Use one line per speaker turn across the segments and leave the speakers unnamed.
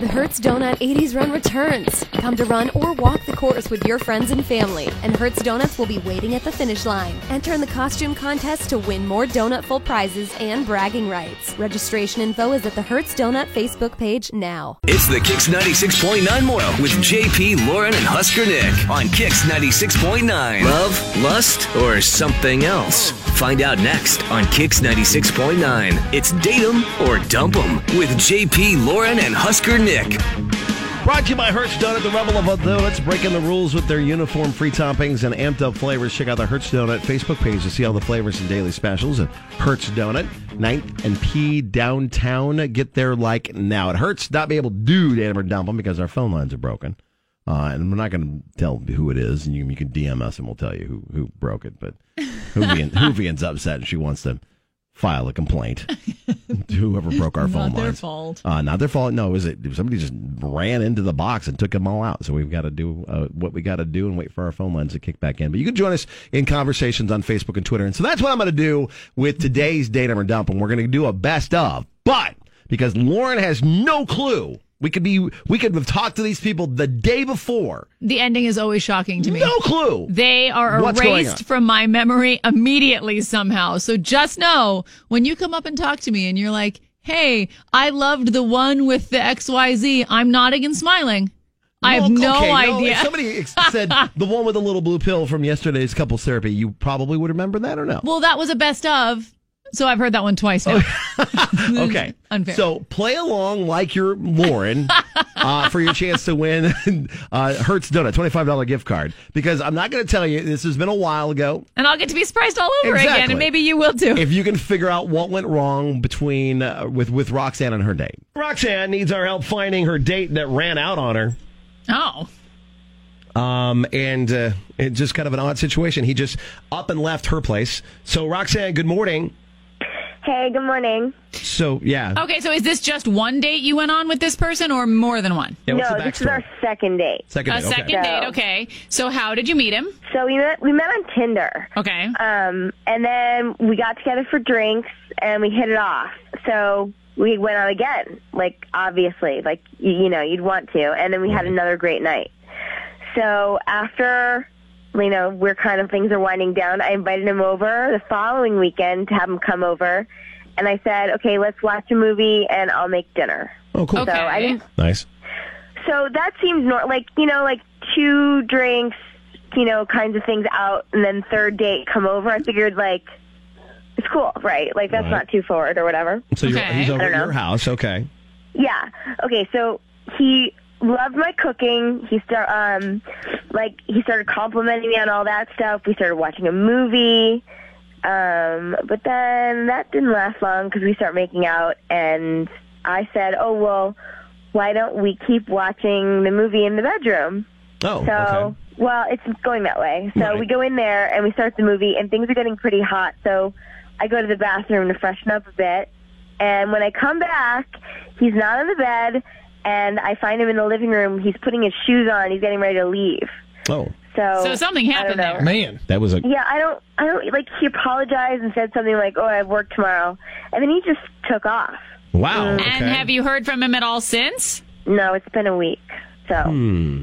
The Hertz Donut 80s Run returns. Come to run or walk the course with your friends and family, and Hertz Donuts will be waiting at the finish line. Enter in the costume contest to win more donutful prizes and bragging rights. Registration info is at the Hertz Donut Facebook page now.
It's the Kix 96.9 Morning with JP, Lauren, and Husker Nick on Kix 96.9. Love, lust, or something else? Find out next on Kix 96.9. It's Date 'em or Dump 'em with JP, Lauren, and Husker Nick.
Brought to you by Hertz Donut, the Rebel of Donuts, breaking the rules with their uniform free toppings and amped up flavors. Check out the Hertz Donut Facebook page to see all the flavors and daily specials at Hertz Donut, 9th and P downtown. Get there like now. It hurts not be able to do Datum or Dump 'em because our phone lines are broken. Uh, and we're not going to tell who it is. And you, you can DM us and we'll tell you who, who broke it. But Hoovian, Hoovian's upset and she wants to file a complaint to whoever broke our phone
Not their
lines.
fault.
Uh, not their fault. No, is it somebody just ran into the box and took them all out? So we've got to do uh, what we got to do and wait for our phone lines to kick back in. But you can join us in conversations on Facebook and Twitter. And so that's what I'm going to do with today's datum or dump, and we're going to do a best of. But because Lauren has no clue, we could be we could have talked to these people the day before.
The ending is always shocking to me.
No clue.
They are
What's going on?
erased from my memory immediately somehow. So just know when you come up and talk to me and you're like, hey, I loved the one with the XYZ, I'm nodding and smiling. I have
Well,
no
okay,
idea.
if somebody ex- said the one with the little blue pill from yesterday's couples therapy. You probably would remember that or no?
well, that was a best of. So I've heard that one twice now.
Okay.
mm, Unfair.
So play along like you're Lauren uh, for your chance to win uh, Hertz Donut, $25 gift card. Because I'm not going to tell you, this has been a while ago.
and I'll get to be surprised all over again.
Exactly.
And maybe you will too.
If you can figure out what went wrong between uh, with, with Roxanne and her date. Roxanne needs our help finding her date that ran out on her.
oh.
Um, and uh, it's just kind of an odd situation. He just up and left her place. So, Roxanne, good morning.
Hey, good morning.
So, yeah.
Okay. So is this just one date you went on with this person or more than one?
Yeah, what's
no,
the
this is
backstory?
our second date.
Second
A
date, okay.
second date. Okay. So how did you meet him?
So we met we met on Tinder.
Okay.
Um, and then we got together for drinks and we hit it off. So we went out again, like obviously, like you, you know you'd want to. And then we had another great night. So after you know we're kind of things are winding down, I invited him over the following weekend to have him come over, and I said, okay, let's watch a movie and I'll make dinner.
Oh, cool.
Okay.
So I didn't
Nice.
So that seems nor- like you know, like two drinks, you know, kinds of things out, and then third date come over. I figured like it's cool, right? Like that's
Right.
not too forward or whatever.
So you're,
Okay.
he's over
I
at
don't know.
your house. Okay.
Yeah. Okay. So he loved my cooking. He start um, like he started complimenting me on all that stuff. We started watching a movie. Um, but then that didn't last long because we start making out, and I said, "Oh well, why don't we keep watching the movie in the bedroom?"
Oh,
So,
okay.
well, it's going that way. So
Right.
we go in there and we start the movie, and things are getting pretty hot. So I go to the bathroom to freshen up a bit. And when I come back, he's not on the bed, and I find him in the living room. He's putting his shoes on. He's getting ready to leave.
Oh,
So,
So something
I
happened
don't know.
there.
man, that was a
Yeah, I don't, I don't like. He apologized and said something like, "Oh, I have work tomorrow," and then he just took off.
wow.
And
okay.
have you heard from him at all since?
No, it's been a week. So.
Hmm.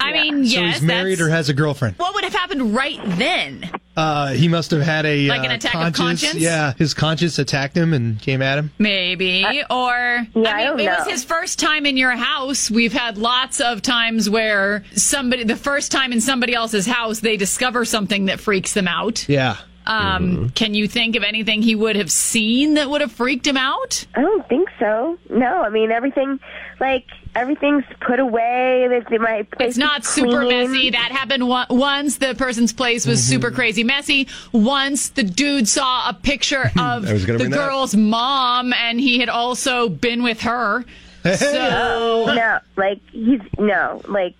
I mean,
So
yes.
he's married
that's-
or has a girlfriend.
what would have happened right then?
Uh, he must have had a
Like an
uh,
attack of
conscience,
conscience?
Yeah, his conscience attacked him and came at him.
Maybe. or,
Uh, Yeah, I
I mean,
don't
it
know.
was his first time in your house. We've had lots of times where somebody, the first time in somebody else's house, they discover something that freaks them out.
Yeah,
Um, Can you think of anything he would have seen that would have freaked him out?
I don't think so. No, I mean everything, like everything's put away. There's my place.
It's not
is
super
clean.
messy. That happened wa- once. The person's place was super
Mm-hmm.
crazy messy. Once the dude saw a picture of
Hmm. I was gonna
the
bring that up.
girl's mom, and he had also been with her. So
No, like he's no, like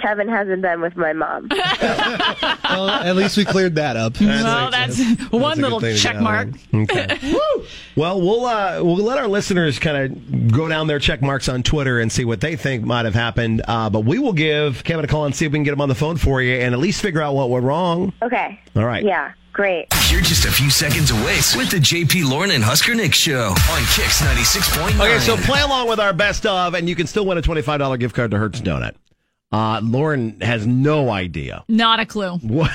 Kevin hasn't been with my mom.
Well, at least we cleared that up.
well, that's, one
good
little
thing to
check
get out
mark.
of. Okay. well, we'll uh, we'll let our listeners kind of go down their check marks on Twitter and see what they think might have happened. Uh, but we will give Kevin a call and see if we can get him on the phone for you and at least figure out what went wrong.
Okay.
All right.
Yeah. Great.
Uh-huh.
You're just a few seconds away with the JP Lauren and Husker Nick show on Kicks 96.9.
Okay, so play along with our best of, and you can still win a twenty five dollar gift card to Hertz Donut. Uh, Lauren has no idea
Not a clue.
what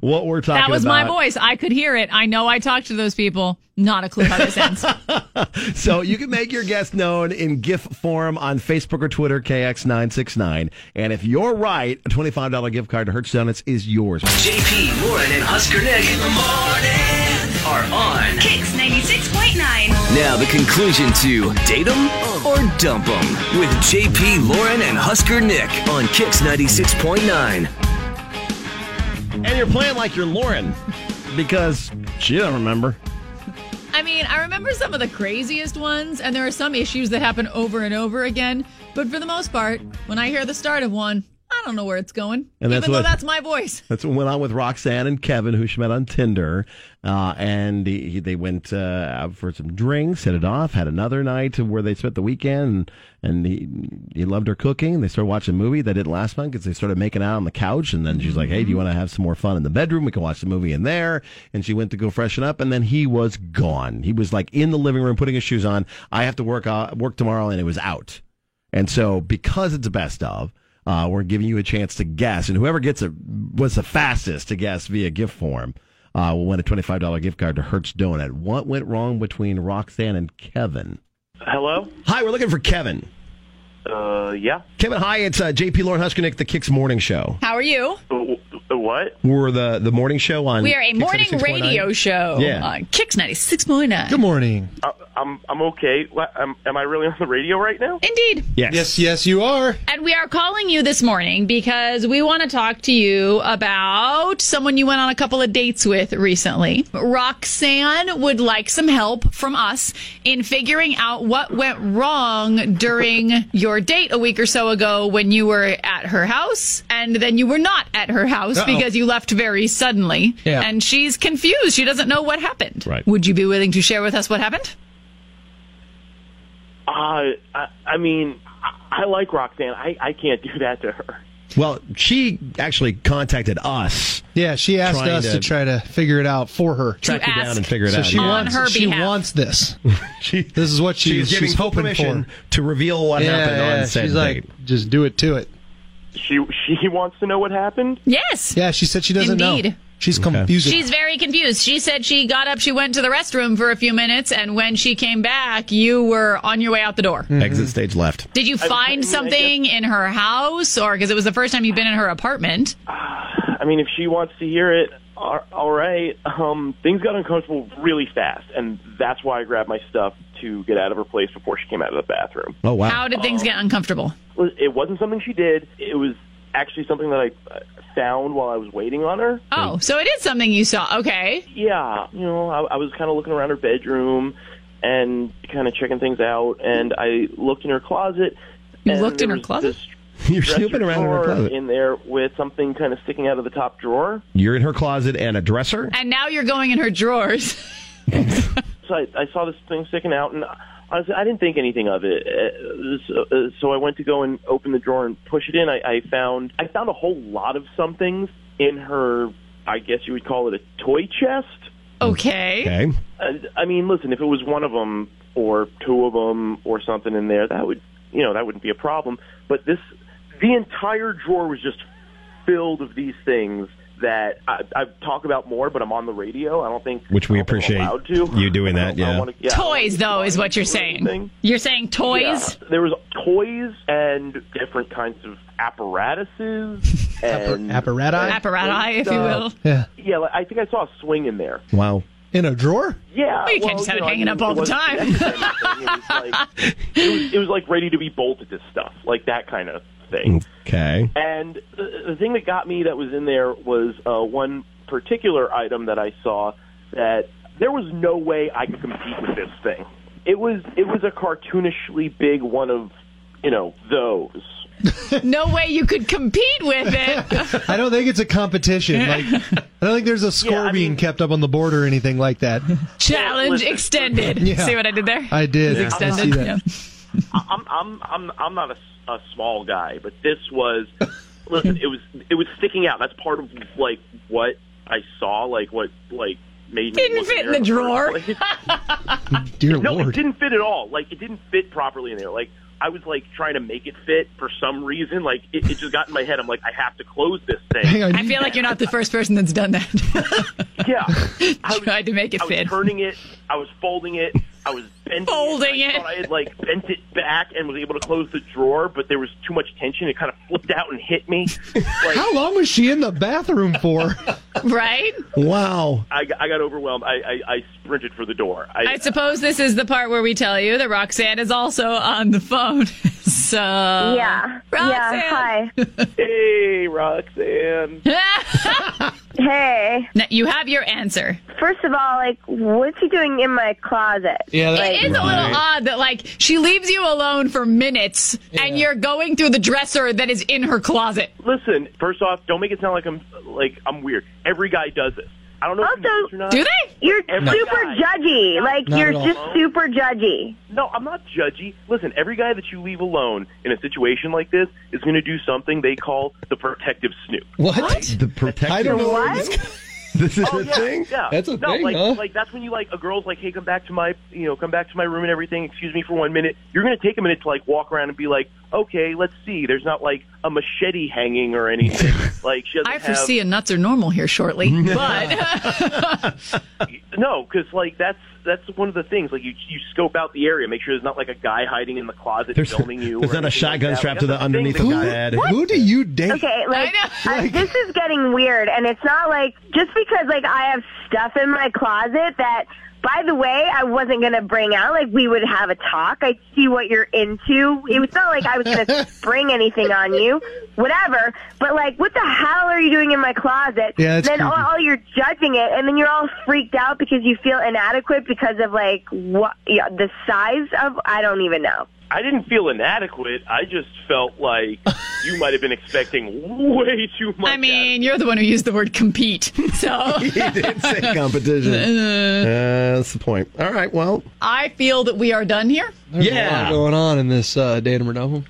what we're talking about.
That was my voice. I could hear it. I know I talked to those people. Not a clue how this ends.
So you can make your guess known in GIF form on Facebook or Twitter, KX969. And if you're right, a $25 gift card to Hertz Donuts is yours.
JP Lauren and Husker Nick in the morning are on.
Kicks 96.9.
Now the conclusion to date 'em or dump 'em with JP Lauren and Husker Nick on Kicks 96.9.
And you're playing like you're Lauren because she doesn't remember.
I mean, I remember some of the craziest ones, and there are some issues that happen over and over again. But for the most part, when I hear the start of one, I don't know where it's going,
And that's
even though
what-
that's my voice.
That's what went on with Roxanne and Kevin, who she met on Tinder. Uh, and he, he- they went uh, out for some drinks, hit it off, had another night where they spent the weekend. And he, he loved her cooking. They started watching a movie that didn't last long because they started making out on the couch. And then she's like, hey, do you want to have some more fun in the bedroom? We can watch the movie in there. And she went to go freshen up. And then he was gone. He was like in the living room putting his shoes on. I have to work, uh, work tomorrow. And it was out. And so, because it's a best of, uh, we're giving you a chance to guess, and whoever gets it was the fastest to guess via gift form uh, will win a twenty-five dollar gift card to Hertz Donut. What went wrong between Roxanne and Kevin?
Hello?
Hi, we're looking for Kevin.
Uh, yeah.
Kevin, hi, it's uh, JP Lauren Huskinick, the Kicks Morning Show.
How are you?
Uh, W- w- What?
We're the the morning show on.
We are a
Kix
morning
96.9.
radio show
Yeah.
on Kicks 96.9.
Good morning.
I, Uh, I'm I'm okay. What, am, am I really on the radio right now?
Indeed.
Yes.
Yes, yes, you are.
And we are calling you this morning because we want to talk to you about someone you went on a couple of dates with recently. Roxanne would like some help from us in figuring out what went wrong during your date a week or so ago when you were at her house and then you were not at her house
Uh-oh.
because you left very suddenly.
Yeah.
And she's confused. She doesn't know what happened.
Right.
Would you be willing to share with us what happened?
Uh, I, I mean, I I like Roxanne. I, I can't do that to her.
Well, she actually contacted us.
Yeah, she asked
Trying
us
to-
to try to figure it out for her.
To
Track you down
ask.
and figure it
So
out.
she
On
wants
her
she
behalf.
wants this.
She-
This is what she-
she's giving
she's hoping
permission
for.
to reveal what happened on said
she's
date.
like just do it to it.
She she wants to know what happened.
Yes.
Yeah, she said she doesn't know.
Indeed.
She's confused.
She's very confused. She said she got up, she went to the restroom for a few minutes, and when she came back, you were on your way out the door.
mm-hmm.
Exit stage left.
Did you
I
find
mean, I
something in her house, or because it was the first time you've been in her apartment?
I mean, if she wants to hear it, ar- all right. Um, things got uncomfortable really fast, and that's why I grabbed my stuff to get out of her place before she came out of the bathroom.
Oh wow!
How did things get uncomfortable?
It wasn't something she did. It was actually something that I uh, found while I was waiting on her.
Oh, so it is something you saw. Okay.
yeah, you know, I, I was kind of looking around her bedroom and kind of checking things out, and I looked in her closet.
You
and
looked in
there
her
was
closet?
this
You're
dresser
snooping around in her
drawer
closet.
in there with something kind of sticking out of the top drawer.
You're in her closet and a dresser.
And now you're going in her drawers.
So I, I saw this thing sticking out, and honestly, I didn't think anything of it. Uh, So, uh, so I went to go and open the drawer and push it in. I, I found I found a whole lot of somethings in her. I guess you would call it a toy chest.
Okay.
Okay.
I- I mean, listen, if it was one of them or two of them or something in there, that would, you know, that wouldn't be a problem. But this, the entire drawer was just filled of these things that I, I talk about more, but I'm on the radio. I don't think
Which we
I don't think I'm
appreciate
allowed to.
you doing that,
I don't- I don't
yeah.
wanna- yeah, I don't
Toys,
wanna
though, is what you're
do anything.
saying. You're saying toys?
Yeah. There was toys and different kinds of apparatuses and
apparatus.
Apparati, if you will.
yeah.
yeah, like, I think I saw a swing in there.
Wow.
In a drawer?
Yeah,
Well, you can't just have it
I
hanging
mean,
up all
it
the
wasn't
time.
connected to anything. It was, like, it, was, it was like ready to be bolted to stuff, like that kind of thing.
Mm. Okay.
And the, the thing that got me that was in there was uh, one particular item that I saw that there was no way I could compete with this thing. It was it was a cartoonishly big one of you know, those.
No way you could compete with it.
I don't think it's a competition. Like, I don't think there's a score
Yeah, I
being
mean-
kept up on the board or anything like that.
Challenge
Listen.
extended.
Yeah.
See what I did there?
I did.
It's
I
extended.
see that.
yeah.
I- I'm I'm I'm I'm not a, s- a small guy, but this was listen, it was it was sticking out. That's part of like what I saw, like what like made me
Didn't
look
fit in
there
the
first
drawer.
place.
Dear
No, it
Lord.
didn't fit at all. Like it didn't fit properly in there. Like I was like trying to make it fit for some reason. Like it, it just got in my head. I'm like, I have to close this
Hang
thing.
on.
I feel like you're not the first person that's done that.
Yeah, I was,
Tried to make it
I was
fit.
turning it. I was folding it. I was bending
Folding
it. I
it.
thought I had like bent it back and was able to close the drawer, but there was too much tension. It kind of flipped out and hit me. Like,
How long was she in the bathroom for?
right?
wow.
I, got- I got overwhelmed. I, I, I sprinted for the door. I,
I suppose this is the part where we tell you that Roxanne is also on the phone. So.
yeah. Yeah.
hey, Roxanne.
Hi.
Hi. Hey.
Now, you have your answer.
First of all, like, what's he doing in my closet?
Yeah. That,
It is a little odd that, like, she leaves you alone for minutes and you're going through the dresser that is in her closet.
Listen, first off, don't make it sound like I'm like I'm weird. Every guy does this. I don't know if Uh, you know
Also-
this or not.
Do they?
You're
Every
super
guy.
judgy. Like,
Not
you're
at all.
just super judgy.
No, I'm not judgy. Listen, every guy that you leave alone in a situation like this is going to do something they call the protective snoop.
what?
The protective.
I don't know.
What?
This is
Oh,
a
yeah,
thing.
Yeah.
That's a
no,
thing,
like,
huh?
like that's when you like a girl's like, hey, come back to my, you know, come back to my room and everything. Excuse me for one minute. You're gonna take a minute to like walk around and be like, okay, let's see. There's not like a machete hanging or anything. like she doesn't
I
have
foresee a nuts are normal here shortly, but
no, because like that's that's one of the things. Like you you scope out the area, make sure there's not like a guy hiding in the closet
There's-
filming you.
there's
or
not a
anything
shotgun
like that.
strapped
Like,
to the
that's thing
underneath
that
of
guys-
the bed.
Who do you date?
Okay, like,
know.
uh, this is getting weird, and it's not like just because like I have stuff in my closet that, by the way, I wasn't gonna bring out. Like we would have a talk. I'd see what you're into. It was not like I was gonna spring anything on you, whatever. But like, what the hell are you doing in my closet?
Yeah, that's
then all,
creepy.
all you're judging it, and then you're all freaked out because you feel inadequate because of like what yeah, the size of I don't even know.
I didn't feel inadequate. I just felt like you might have been expecting way too much.
I mean, you're the one who used the word compete. So
he did say competition. Uh, that's the point. All right. Well,
I feel that we are done here.
yeah. Mm,
going on in this uh, dating Renova?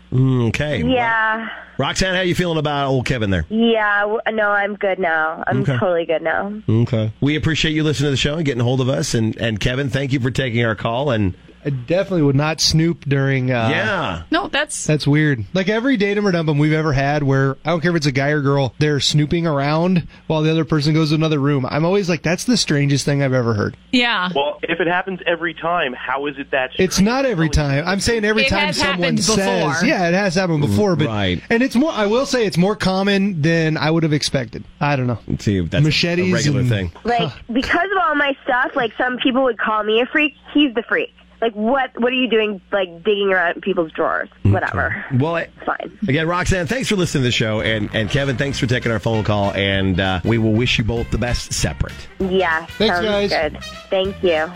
Okay.
Yeah,
Roxanne, how you feeling about old Kevin there?
yeah. w- No, I'm good now. I'm
Okay.
totally good now.
Okay. We appreciate you listening to the show and getting a hold of us. And, and Kevin, thank you for taking our call. And
I definitely would not snoop during. Uh,
yeah.
No, that's
That's weird. Like every datum or dumpum we've ever had where I don't care if it's a guy or girl, they're snooping around while the other person goes to another room. I'm always like, that's the strangest thing I've ever heard.
yeah.
well, if it happens every time, how is it that?
It's
strange?
not every time. I'm saying every
It
time
has
someone
happened
says,
before.
yeah, it has happened before, but
Right.
and it's more. I will say it's more common than I would have expected. I don't know.
See, that's a-
Machetes
a regular
and-
thing.
Like because of all my stuff, like some people would call me a freak. He's the freak. Like what? What are you doing? Like digging around in people's drawers? Whatever.
Well, I-
Fine.
again, Roxanne, thanks for listening to the show. And, and Kevin, thanks for taking our phone call. And uh, we will wish you both the best separate.
Yeah.
Thanks,
sounds
guys.
Good. Thank you.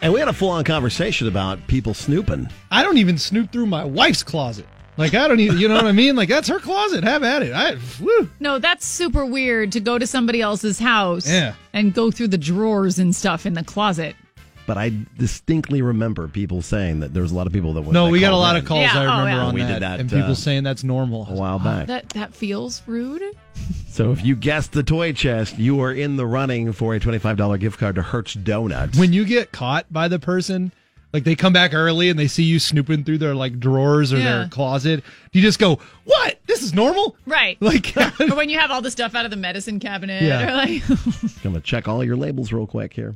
And we had a full on conversation about people snooping.
I don't even snoop through my wife's closet. Like I don't even, you know what I mean? Like that's her closet. Have at it. I, woo.
No, that's super weird to go to somebody else's house
Yeah.
and go through the drawers and stuff in the closet.
But I distinctly remember people saying that there was a lot of people that went.
No,
that
we got a
called
lot
in
of calls
Yeah,
I
oh,
remember
yeah.
on
We
that,
did that,
and people
uh,
saying that's normal.
a while back.
That that feels rude.
So if you guessed the toy chest, you are in the running for a $25 gift card to Hertz Donuts.
when you get caught by the person like they come back early and they see you snooping through their like drawers or
Yeah.
their closet you just go what this is normal
Right.
like
or when you have all the stuff out of the medicine cabinet
Yeah.
or like
I'm going to check all your labels real quick here.